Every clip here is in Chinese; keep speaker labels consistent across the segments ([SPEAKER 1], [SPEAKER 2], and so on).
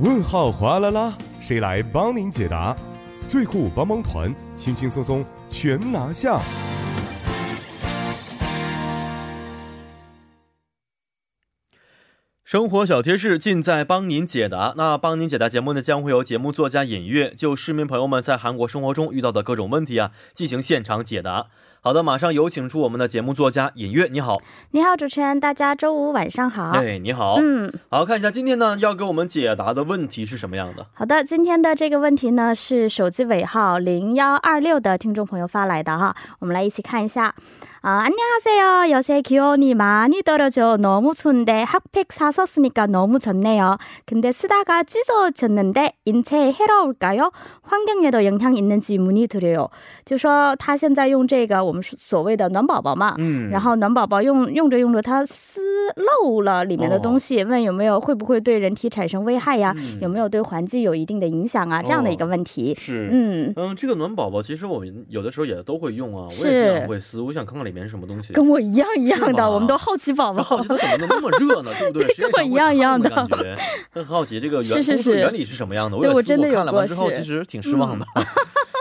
[SPEAKER 1] 问号哗啦啦，谁来帮您解答？最酷帮帮团，轻轻松松全拿下。
[SPEAKER 2] 生活小贴士尽在帮您解答。那帮您解答节目呢，将会由节目作家尹月就市民朋友们在韩国生活中遇到的各种问题啊，进行现场解答。好的，马上有请出我们的节目作家尹月，你好，
[SPEAKER 3] 你好，主持人，大家周五晚上好。
[SPEAKER 2] 哎，你好，
[SPEAKER 3] 嗯，
[SPEAKER 2] 好看一下今天呢要给我们解答的问题是什么样的？
[SPEAKER 3] 好的，今天的这个问题呢是手机尾号零幺二六的听众朋友发来的哈，我们来一起看一下。啊，안녕하세요。요새기온이많이떨어져너무추운데핫팩사서쓰니까너무젖네요근데쓰다가찢어졌는데인체에해로울까요환경에도영향있는지문의드려요。就说他现在用这个我们所谓的暖宝宝嘛，
[SPEAKER 2] 嗯
[SPEAKER 3] 然后暖宝宝用用着用着，它撕漏了里面的东西，问有没有会不会对人体产生危害呀、
[SPEAKER 2] 哦嗯哦
[SPEAKER 3] 有没有对环境有一定的影响啊？这样的一个问题。
[SPEAKER 2] 是
[SPEAKER 3] 嗯，
[SPEAKER 2] 嗯，这个暖宝宝其实我们有的时候也都会用啊，我
[SPEAKER 3] 是
[SPEAKER 2] 也经常会撕，我想看看里面是什么东西。
[SPEAKER 3] 跟我一样一样
[SPEAKER 2] 是吗
[SPEAKER 3] 的，我们都好奇宝
[SPEAKER 2] 我
[SPEAKER 3] 宝。
[SPEAKER 2] 好奇它怎么能那么热 呢？对不对？
[SPEAKER 3] 对
[SPEAKER 2] 实际上
[SPEAKER 3] 跟我一样
[SPEAKER 2] 会
[SPEAKER 3] 一样
[SPEAKER 2] 烫
[SPEAKER 3] 的
[SPEAKER 2] 感 觉。很好奇这个原
[SPEAKER 3] 是是
[SPEAKER 2] 工作
[SPEAKER 3] 是
[SPEAKER 2] 原理是什么样的？
[SPEAKER 3] 对
[SPEAKER 2] 也
[SPEAKER 3] 我
[SPEAKER 2] 试
[SPEAKER 3] 真
[SPEAKER 2] 过
[SPEAKER 3] 的有
[SPEAKER 2] 看了完
[SPEAKER 3] 过
[SPEAKER 2] 之后，
[SPEAKER 3] 是嗯
[SPEAKER 2] 其实挺失望的，啊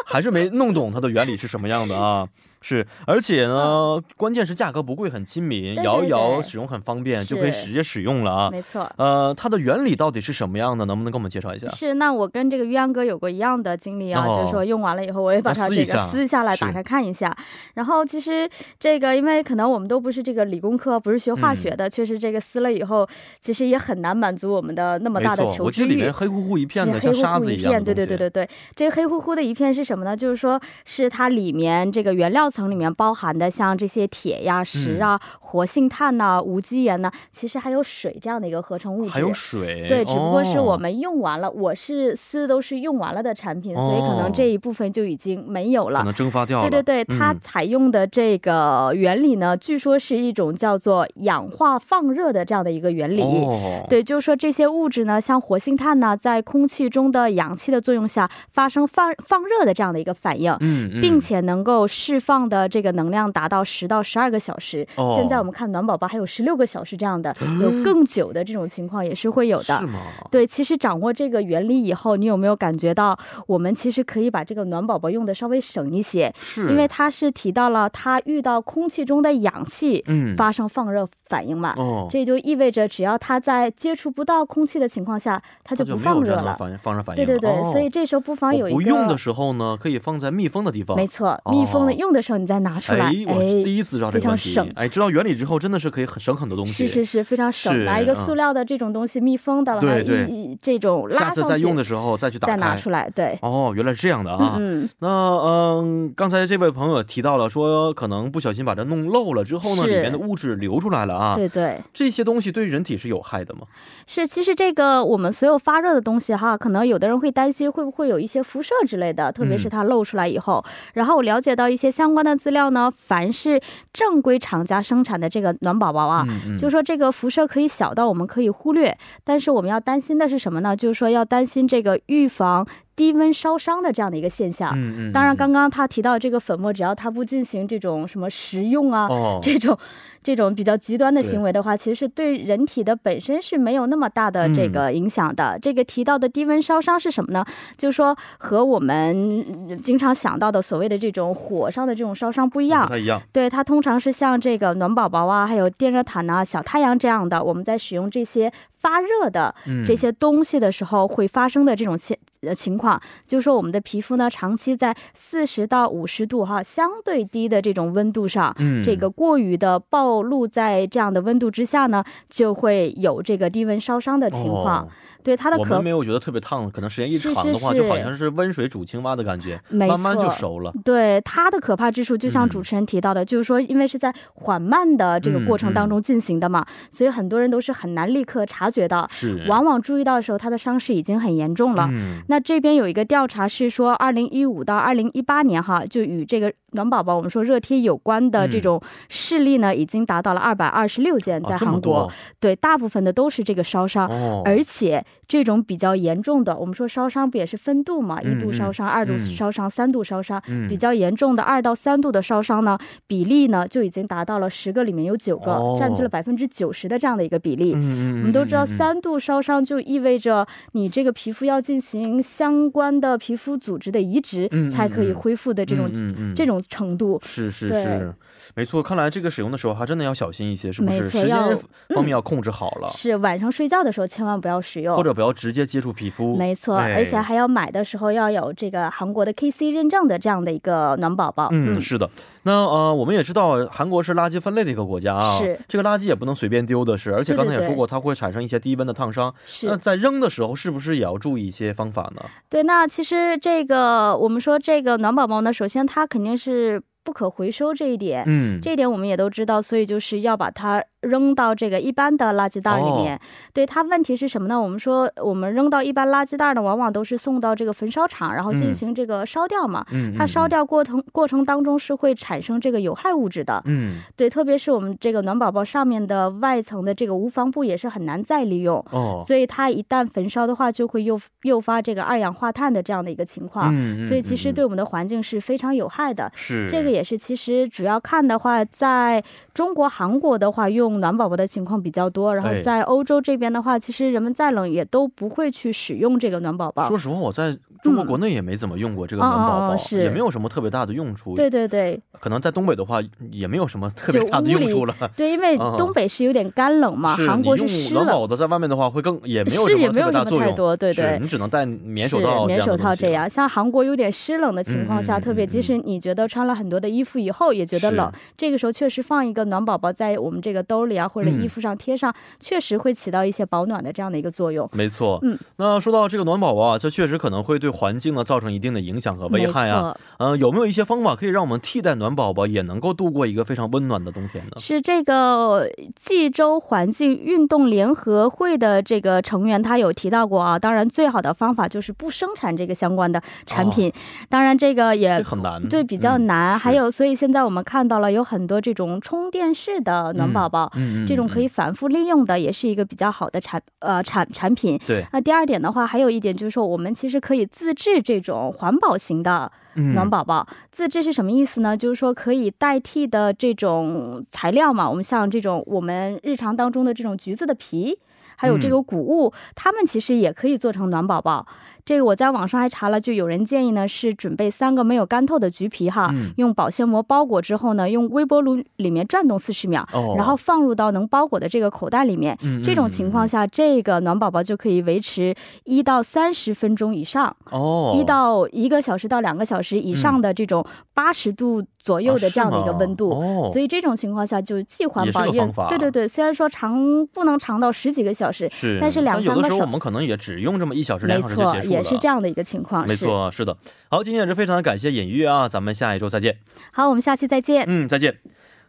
[SPEAKER 2] 还是没弄懂它的原理是什么样的啊。是，而且呢，关键是价格不贵，很亲民，
[SPEAKER 3] 嗯对
[SPEAKER 2] 摇一摇
[SPEAKER 3] 对
[SPEAKER 2] 使用很方便，
[SPEAKER 3] 是
[SPEAKER 2] 就可以直接使用了啊。
[SPEAKER 3] 没错。
[SPEAKER 2] 呃，它的原理到底是什么样的？能不能给我们介绍一下？
[SPEAKER 3] 是，那我跟这个岳阳哥有过一样的经历啊，
[SPEAKER 2] 哦啊
[SPEAKER 3] 就是说用完了以后，我也把它
[SPEAKER 2] 撕
[SPEAKER 3] 这
[SPEAKER 2] 一
[SPEAKER 3] 个
[SPEAKER 2] 下
[SPEAKER 3] 撕下来，
[SPEAKER 2] 是
[SPEAKER 3] 打开看一下。然后其实这个，因为可能我们都不是这个理工科，不是学化
[SPEAKER 2] 嗯
[SPEAKER 3] 学的，确实这个撕了以后，其实也很难满足我们的那么
[SPEAKER 2] 没
[SPEAKER 3] 大的
[SPEAKER 2] 错，
[SPEAKER 3] 求
[SPEAKER 2] 我记
[SPEAKER 3] 知
[SPEAKER 2] 得里
[SPEAKER 3] 欲
[SPEAKER 2] 面。黑乎乎一片
[SPEAKER 3] 是
[SPEAKER 2] 的，像
[SPEAKER 3] 黑乎
[SPEAKER 2] 沙
[SPEAKER 3] 乎
[SPEAKER 2] 子
[SPEAKER 3] 一
[SPEAKER 2] 样的
[SPEAKER 3] 片，对对对
[SPEAKER 2] 对，
[SPEAKER 3] 对对，这黑乎乎的一片是什么呢？就是说是它里面这个原料层里面包含的，像这些铁呀、
[SPEAKER 2] 嗯
[SPEAKER 3] 石啊、活性炭呐、无机盐呐、其实还有水这样的一个合成物质。
[SPEAKER 2] 还有水，
[SPEAKER 3] 对，只不过是
[SPEAKER 2] 哦
[SPEAKER 3] 我们用完了，我是丝都是用完了的产品，所以可
[SPEAKER 2] 哦
[SPEAKER 3] 能这一部分就已经没有
[SPEAKER 2] 可
[SPEAKER 3] 了。
[SPEAKER 2] 能蒸发掉了。
[SPEAKER 3] 对对对，它
[SPEAKER 2] 嗯
[SPEAKER 3] 采用的这个原理呢，据说是一种叫做氧化放热的这样的一个原理。
[SPEAKER 2] 哦、
[SPEAKER 3] 对，就是说这些物质呢，像活性炭呢，在空气中的氧气的作用下发生放放热的这样的一个反应，
[SPEAKER 2] 嗯，嗯，
[SPEAKER 3] 并且能够释放的这个能量达到十到十二个小时。
[SPEAKER 2] 哦
[SPEAKER 3] 现在我们看暖宝宝还有十六个小时 这样的，有更久的这种情况也是会有的
[SPEAKER 2] 是。吗？
[SPEAKER 3] 对，其实掌握这个原理以后，你有没有感觉到我们其实可以把这个暖宝宝用的稍微省一些？
[SPEAKER 2] 是
[SPEAKER 3] 因为它是提到了它遇到空气中的氧气
[SPEAKER 2] 嗯
[SPEAKER 3] 发生放热反应嘛，
[SPEAKER 2] 哦，
[SPEAKER 3] 这就意味着只要它在接触不到空气的情况下，它
[SPEAKER 2] 它
[SPEAKER 3] 就不
[SPEAKER 2] 没有
[SPEAKER 3] 放
[SPEAKER 2] 这
[SPEAKER 3] 热
[SPEAKER 2] 样的
[SPEAKER 3] 了。
[SPEAKER 2] 反应放热反应
[SPEAKER 3] 对
[SPEAKER 2] 了。
[SPEAKER 3] 对对、
[SPEAKER 2] 哦
[SPEAKER 3] 所以这时候不妨有
[SPEAKER 2] 我
[SPEAKER 3] 一
[SPEAKER 2] 不
[SPEAKER 3] 个，
[SPEAKER 2] 用的时候呢，可以放在密封的地方。
[SPEAKER 3] 没错，密封的
[SPEAKER 2] 哦
[SPEAKER 3] 用的时候你再拿出来，
[SPEAKER 2] 哎
[SPEAKER 3] 哎，，
[SPEAKER 2] 我第一次知道这
[SPEAKER 3] 非
[SPEAKER 2] 个问
[SPEAKER 3] 常
[SPEAKER 2] 题
[SPEAKER 3] 省。
[SPEAKER 2] 哎，知道原理之后，真的是可以很省很多东西。
[SPEAKER 3] 是是是，非常
[SPEAKER 2] 是
[SPEAKER 3] 省，拿一个
[SPEAKER 2] 嗯
[SPEAKER 3] 塑料的这种东西密封的，
[SPEAKER 2] 对
[SPEAKER 3] 然后
[SPEAKER 2] 对
[SPEAKER 3] 一一这种
[SPEAKER 2] 下
[SPEAKER 3] 拉
[SPEAKER 2] 次
[SPEAKER 3] 上
[SPEAKER 2] 再
[SPEAKER 3] 去
[SPEAKER 2] 用的时候再去打
[SPEAKER 3] 再
[SPEAKER 2] 开。
[SPEAKER 3] 拿出来，对，
[SPEAKER 2] 哦，原来是这样的啊。
[SPEAKER 3] 嗯嗯。
[SPEAKER 2] 那嗯，刚才这位朋友提到了说，可能不小心把它弄漏了之后呢，
[SPEAKER 3] 是
[SPEAKER 2] 里面的物质流出来了啊。
[SPEAKER 3] 对对，
[SPEAKER 2] 这些东西对人体是有害的吗？
[SPEAKER 3] 是，其实这个我们所有发热的东西哈，可能有的人会担心会不会有一些辐射之类的，特别
[SPEAKER 2] 嗯
[SPEAKER 3] 是它露出来以后。然后我了解到一些相关的资料呢，凡是正规厂家生产的这个暖宝宝啊。
[SPEAKER 2] 嗯嗯，
[SPEAKER 3] 就是说这个辐射可以小到我们可以忽略，但是我们要担心的是什么呢？就是说要担心这个预防低温烧伤的这样的一个现象。
[SPEAKER 2] 嗯嗯，
[SPEAKER 3] 当然，
[SPEAKER 2] 嗯
[SPEAKER 3] 刚刚他提到这个粉末，只要它不进行这种什么食用啊，
[SPEAKER 2] 哦，
[SPEAKER 3] 这种这种比较极端的
[SPEAKER 2] 对
[SPEAKER 3] 行为的话，其实是对人体的本身是没有那么大的
[SPEAKER 2] 嗯
[SPEAKER 3] 这个影响的。这个提到的低温烧伤是什么呢？就是说和我们嗯经常想到的所谓的这种火上的这种烧伤不一样
[SPEAKER 2] 不。太一样。
[SPEAKER 3] 对，它通常是像这个暖宝宝啊，还有电热毯呐、小太阳这样的，我们在使用这些发热的
[SPEAKER 2] 嗯，
[SPEAKER 3] 这些东西的时候会发生的这种情呃情况，就是说我们的皮肤呢，长期在四十到五十度哈相对低的这种温度上，
[SPEAKER 2] 嗯
[SPEAKER 3] 这个过于的暴露在这样的温度之下呢，就会有这个低温烧伤的情况。
[SPEAKER 2] 哦
[SPEAKER 3] 对它的
[SPEAKER 2] 我
[SPEAKER 3] 可
[SPEAKER 2] 们没有觉得特别烫，可能时间一
[SPEAKER 3] 是
[SPEAKER 2] 长
[SPEAKER 3] 是
[SPEAKER 2] 的话，
[SPEAKER 3] 是
[SPEAKER 2] 就好像是温水煮青蛙的感觉，
[SPEAKER 3] 没
[SPEAKER 2] 慢慢就
[SPEAKER 3] 错
[SPEAKER 2] 熟了。
[SPEAKER 3] 对它的可怕之处，就像
[SPEAKER 2] 嗯
[SPEAKER 3] 主持人提到的，就是说，因为是在缓慢的这个过程
[SPEAKER 2] 嗯
[SPEAKER 3] 当中进行的嘛，所以很多人都是很难立刻察觉到，
[SPEAKER 2] 是，
[SPEAKER 3] 往往注意到的时候，他的伤势已经很严重了。
[SPEAKER 2] 嗯，
[SPEAKER 3] 那这边有一个调查是说，二零一五到二零一八年哈，就与这个暖宝宝，我们说热贴有关的
[SPEAKER 2] 嗯
[SPEAKER 3] 这种事例呢，已经达到了二百二十六件，在
[SPEAKER 2] 啊，这
[SPEAKER 3] 韩
[SPEAKER 2] 么
[SPEAKER 3] 国、
[SPEAKER 2] 多
[SPEAKER 3] 对，大部分的都是这个烧伤。
[SPEAKER 2] 哦，
[SPEAKER 3] 而且这种比较严重的，我们说烧伤不也是分度嘛？
[SPEAKER 2] 嗯
[SPEAKER 3] 一度烧伤、
[SPEAKER 2] 嗯
[SPEAKER 3] 二度
[SPEAKER 2] 嗯
[SPEAKER 3] 烧伤、三度烧伤。
[SPEAKER 2] 嗯
[SPEAKER 3] 比较严重的二到三度的烧伤呢，比例呢就已经达到了十个里面有九个，
[SPEAKER 2] 哦
[SPEAKER 3] 占据了百分之九十的这样的一个比例。
[SPEAKER 2] 嗯嗯，
[SPEAKER 3] 我们都知道，
[SPEAKER 2] 嗯嗯
[SPEAKER 3] 三度烧伤就意味着你这个皮肤要进行相关的皮肤组织的移植
[SPEAKER 2] 嗯嗯，
[SPEAKER 3] 才可以
[SPEAKER 2] 嗯
[SPEAKER 3] 恢复的这种、
[SPEAKER 2] 嗯嗯嗯
[SPEAKER 3] 这种程度。
[SPEAKER 2] 是是
[SPEAKER 3] 对
[SPEAKER 2] 是，没错。看来这个使用的时候还真的要小心一些，是不
[SPEAKER 3] 没
[SPEAKER 2] 是？
[SPEAKER 3] 错
[SPEAKER 2] 时间
[SPEAKER 3] 要嗯
[SPEAKER 2] 方面要控制好了，
[SPEAKER 3] 是晚上睡觉的时候千万不要使用，
[SPEAKER 2] 哦或者不要直接接触皮肤。
[SPEAKER 3] 没错，
[SPEAKER 2] 哎
[SPEAKER 3] 而且还要买的时候要有这个韩国的 KC 认证的这样的一个暖宝宝。
[SPEAKER 2] 嗯，是的。那呃，我们也知道韩国是垃圾分类的一个国家啊，
[SPEAKER 3] 是
[SPEAKER 2] 这个垃圾也不能随便丢的是，而且
[SPEAKER 3] 对对
[SPEAKER 2] 刚才也
[SPEAKER 3] 对
[SPEAKER 2] 说过，它会产生一些低温的烫伤。
[SPEAKER 3] 是、呃
[SPEAKER 2] 那在扔的时候，是不是也要注意一些方法呢？
[SPEAKER 3] 对。那其实这个我们说这个暖宝宝呢，首先它肯定是不可回收这一点。
[SPEAKER 2] 嗯，
[SPEAKER 3] 这一点我们也都知道，所以就是要把它扔到这个一般的垃圾袋里面。
[SPEAKER 2] 哦
[SPEAKER 3] 对它问题是什么呢？我们说我们扔到一般垃圾袋呢，往往都是送到这个焚烧厂，然后进行这个烧掉嘛。
[SPEAKER 2] 嗯，
[SPEAKER 3] 它
[SPEAKER 2] 嗯
[SPEAKER 3] 烧，掉过程过程当中是会产生这个有害物质的，
[SPEAKER 2] 嗯，
[SPEAKER 3] 对，特别是我们这个暖宝宝上面的外层的这个无纺布也是很难再利用，
[SPEAKER 2] 哦，
[SPEAKER 3] 所以它一旦焚烧的话，就会诱诱发这个二氧化碳的这样的一个情况。
[SPEAKER 2] 嗯，嗯
[SPEAKER 3] 啊所以其
[SPEAKER 2] 嗯
[SPEAKER 3] 实
[SPEAKER 2] 嗯
[SPEAKER 3] 对我们的环境是非常有害的。
[SPEAKER 2] 是
[SPEAKER 3] 这个也是，其实主要看的话，在中国、韩国的话，用暖宝宝的情况比较多。然后
[SPEAKER 2] 哎
[SPEAKER 3] 在欧洲这边的话，其实人们再冷也都不会去使用这个暖宝宝
[SPEAKER 2] 说。实话，我在中国国内也没怎么用过这个
[SPEAKER 3] 嗯
[SPEAKER 2] 暖宝
[SPEAKER 3] 哦哦
[SPEAKER 2] 宝，
[SPEAKER 3] 哦是
[SPEAKER 2] 也没有什么特别大的用处。
[SPEAKER 3] 对对对
[SPEAKER 2] 可能在东北的话，也没有什么特别
[SPEAKER 3] 就
[SPEAKER 2] 大的
[SPEAKER 3] 屋
[SPEAKER 2] 用
[SPEAKER 3] 里
[SPEAKER 2] 处了。
[SPEAKER 3] 对，因为
[SPEAKER 2] 嗯嗯
[SPEAKER 3] 东北是有点干冷嘛，
[SPEAKER 2] 是
[SPEAKER 3] 韩
[SPEAKER 2] 你
[SPEAKER 3] 国 是
[SPEAKER 2] 用
[SPEAKER 3] 湿
[SPEAKER 2] 暖
[SPEAKER 3] 冷，
[SPEAKER 2] 宝的，在外面的话会更也没有
[SPEAKER 3] 是
[SPEAKER 2] 什
[SPEAKER 3] 也
[SPEAKER 2] 么
[SPEAKER 3] 没
[SPEAKER 2] 特别
[SPEAKER 3] 有什
[SPEAKER 2] 大
[SPEAKER 3] 么
[SPEAKER 2] 作
[SPEAKER 3] 太
[SPEAKER 2] 用。
[SPEAKER 3] 多，对对
[SPEAKER 2] 是。你只能戴棉
[SPEAKER 3] 是
[SPEAKER 2] 手套这样的东西、
[SPEAKER 3] 棉手套这样，像韩国有点湿冷的情况
[SPEAKER 2] 嗯
[SPEAKER 3] 下，
[SPEAKER 2] 嗯嗯
[SPEAKER 3] 特别即使你觉得穿了很多的衣服以后也觉得冷，这个时候确实放一个暖宝宝在我们这个兜里啊或者
[SPEAKER 2] 嗯
[SPEAKER 3] 衣服上贴上，确实会起到一些保暖的这样的一个作用。
[SPEAKER 2] 没错，
[SPEAKER 3] 嗯，
[SPEAKER 2] 那说到这个暖宝宝啊，这确实可能会对环境呢造成一定的影响和危害啊。嗯、有没有一些方法可以让我们替代暖宝宝，也能够度过一个非常温暖的冬天呢？
[SPEAKER 3] 是这个济州环境运动联合会的这个成员，他有提到过啊。当然，最好的方法就是不生产这个相关的
[SPEAKER 2] 哦
[SPEAKER 3] 产品。当然，这个也
[SPEAKER 2] 这很难，
[SPEAKER 3] 对比较难。
[SPEAKER 2] 嗯是
[SPEAKER 3] 还有，所以现在我们看到了有很多这种充电式的暖宝宝。
[SPEAKER 2] 嗯，嗯嗯，
[SPEAKER 3] 这种可以
[SPEAKER 2] 嗯
[SPEAKER 3] 反复利用的，也是一个比较好的产呃产产品。
[SPEAKER 2] 嗯对
[SPEAKER 3] 那第二点的话，还有一点就是说，我们其实可以自制这种环保型的暖
[SPEAKER 2] 嗯
[SPEAKER 3] 宝宝。自制是什么意思呢？就是说可以代替的这种材料嘛，我们像这种我们日常当中的这种橘子的皮。还有
[SPEAKER 2] 嗯
[SPEAKER 3] 这个谷物，它们其实也可以做成暖宝宝。这个我在网上还查了，就有人建议呢，是准备三个没有干透的橘皮哈，
[SPEAKER 2] 嗯
[SPEAKER 3] 用保鲜膜包裹之后呢，用微波炉里面转动四十秒，
[SPEAKER 2] 哦，
[SPEAKER 3] 然后放入到能包裹的这个口袋里面。
[SPEAKER 2] 嗯
[SPEAKER 3] 这种情况
[SPEAKER 2] 下
[SPEAKER 3] 下，这个暖宝宝就可以维持一到三十分钟以上，
[SPEAKER 2] 哦，嗯
[SPEAKER 3] 一、到一个小时到两个小时以上的这种八十度左右的这样的一个温度。
[SPEAKER 2] 啊哦、
[SPEAKER 3] 所以这种情况下就既环
[SPEAKER 2] 也是
[SPEAKER 3] 保
[SPEAKER 2] 个
[SPEAKER 3] 又
[SPEAKER 2] 方法
[SPEAKER 3] 对对对，虽然说长不能长到十几个小时，
[SPEAKER 2] 是，
[SPEAKER 3] 但是两
[SPEAKER 2] 有
[SPEAKER 3] 三
[SPEAKER 2] 的
[SPEAKER 3] 个
[SPEAKER 2] 时候
[SPEAKER 3] 手
[SPEAKER 2] 我们可能也只用这么一小时、
[SPEAKER 3] 没
[SPEAKER 2] 两小时就
[SPEAKER 3] 错
[SPEAKER 2] 结，束了。
[SPEAKER 3] 也是这样的一个情况。
[SPEAKER 2] 没
[SPEAKER 3] 是。
[SPEAKER 2] 错，是的。好，今天也是非常感谢尹月啊，咱们下一周再见。
[SPEAKER 3] 好，我们下期再见。
[SPEAKER 2] 嗯，再见。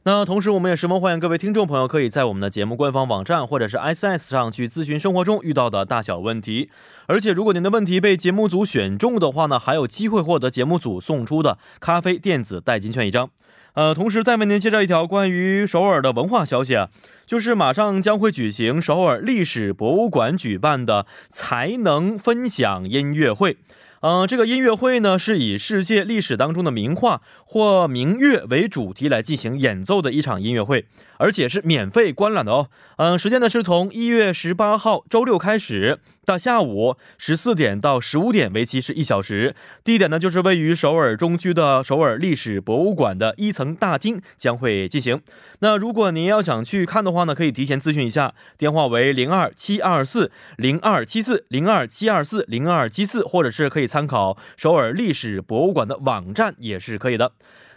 [SPEAKER 2] 那同时，我们也十分欢迎各位听众朋友可以在我们的节目官方网站或者是 S S 上去咨询生活中遇到的大小问题。而且，如果您的问题被节目组选中的话呢，还有机会获得节目组送出的咖啡电子代金券一张。呃，同时再为您介绍一条关于首尔的文化消息啊，就是马上将会举行首尔历史博物馆举办的才能分享音乐会。嗯、这个音乐会呢是以世界历史当中的名画或名乐为主题来进行演奏的一场音乐会，而且是免费观览的哦。嗯、时间呢是从一月十八号周六开始，到下午十四点到十五点，为期是一小时。地点呢就是位于首尔中区的首尔历史博物馆的一层大厅将会进行。那如果您要想去看的话呢，可以提前咨询一下，电话为零二七二四零二七四零二七二四零二七四，或者是可以参考首尔历史博物馆的网站也是可以的。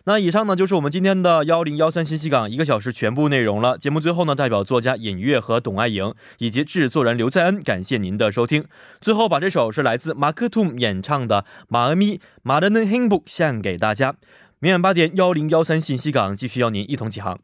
[SPEAKER 2] 那以上呢就是我们今天的幺零幺三信息港一个小时全部内容了。节目最后呢，代表作家尹月和董爱莹以及制作人刘在恩，感谢您的收听。最后把这首是来自马克吐姆演唱的《马阿咪马德嫩 h i 献给大家。明晚八点幺零幺三信息港继续邀您一同起航。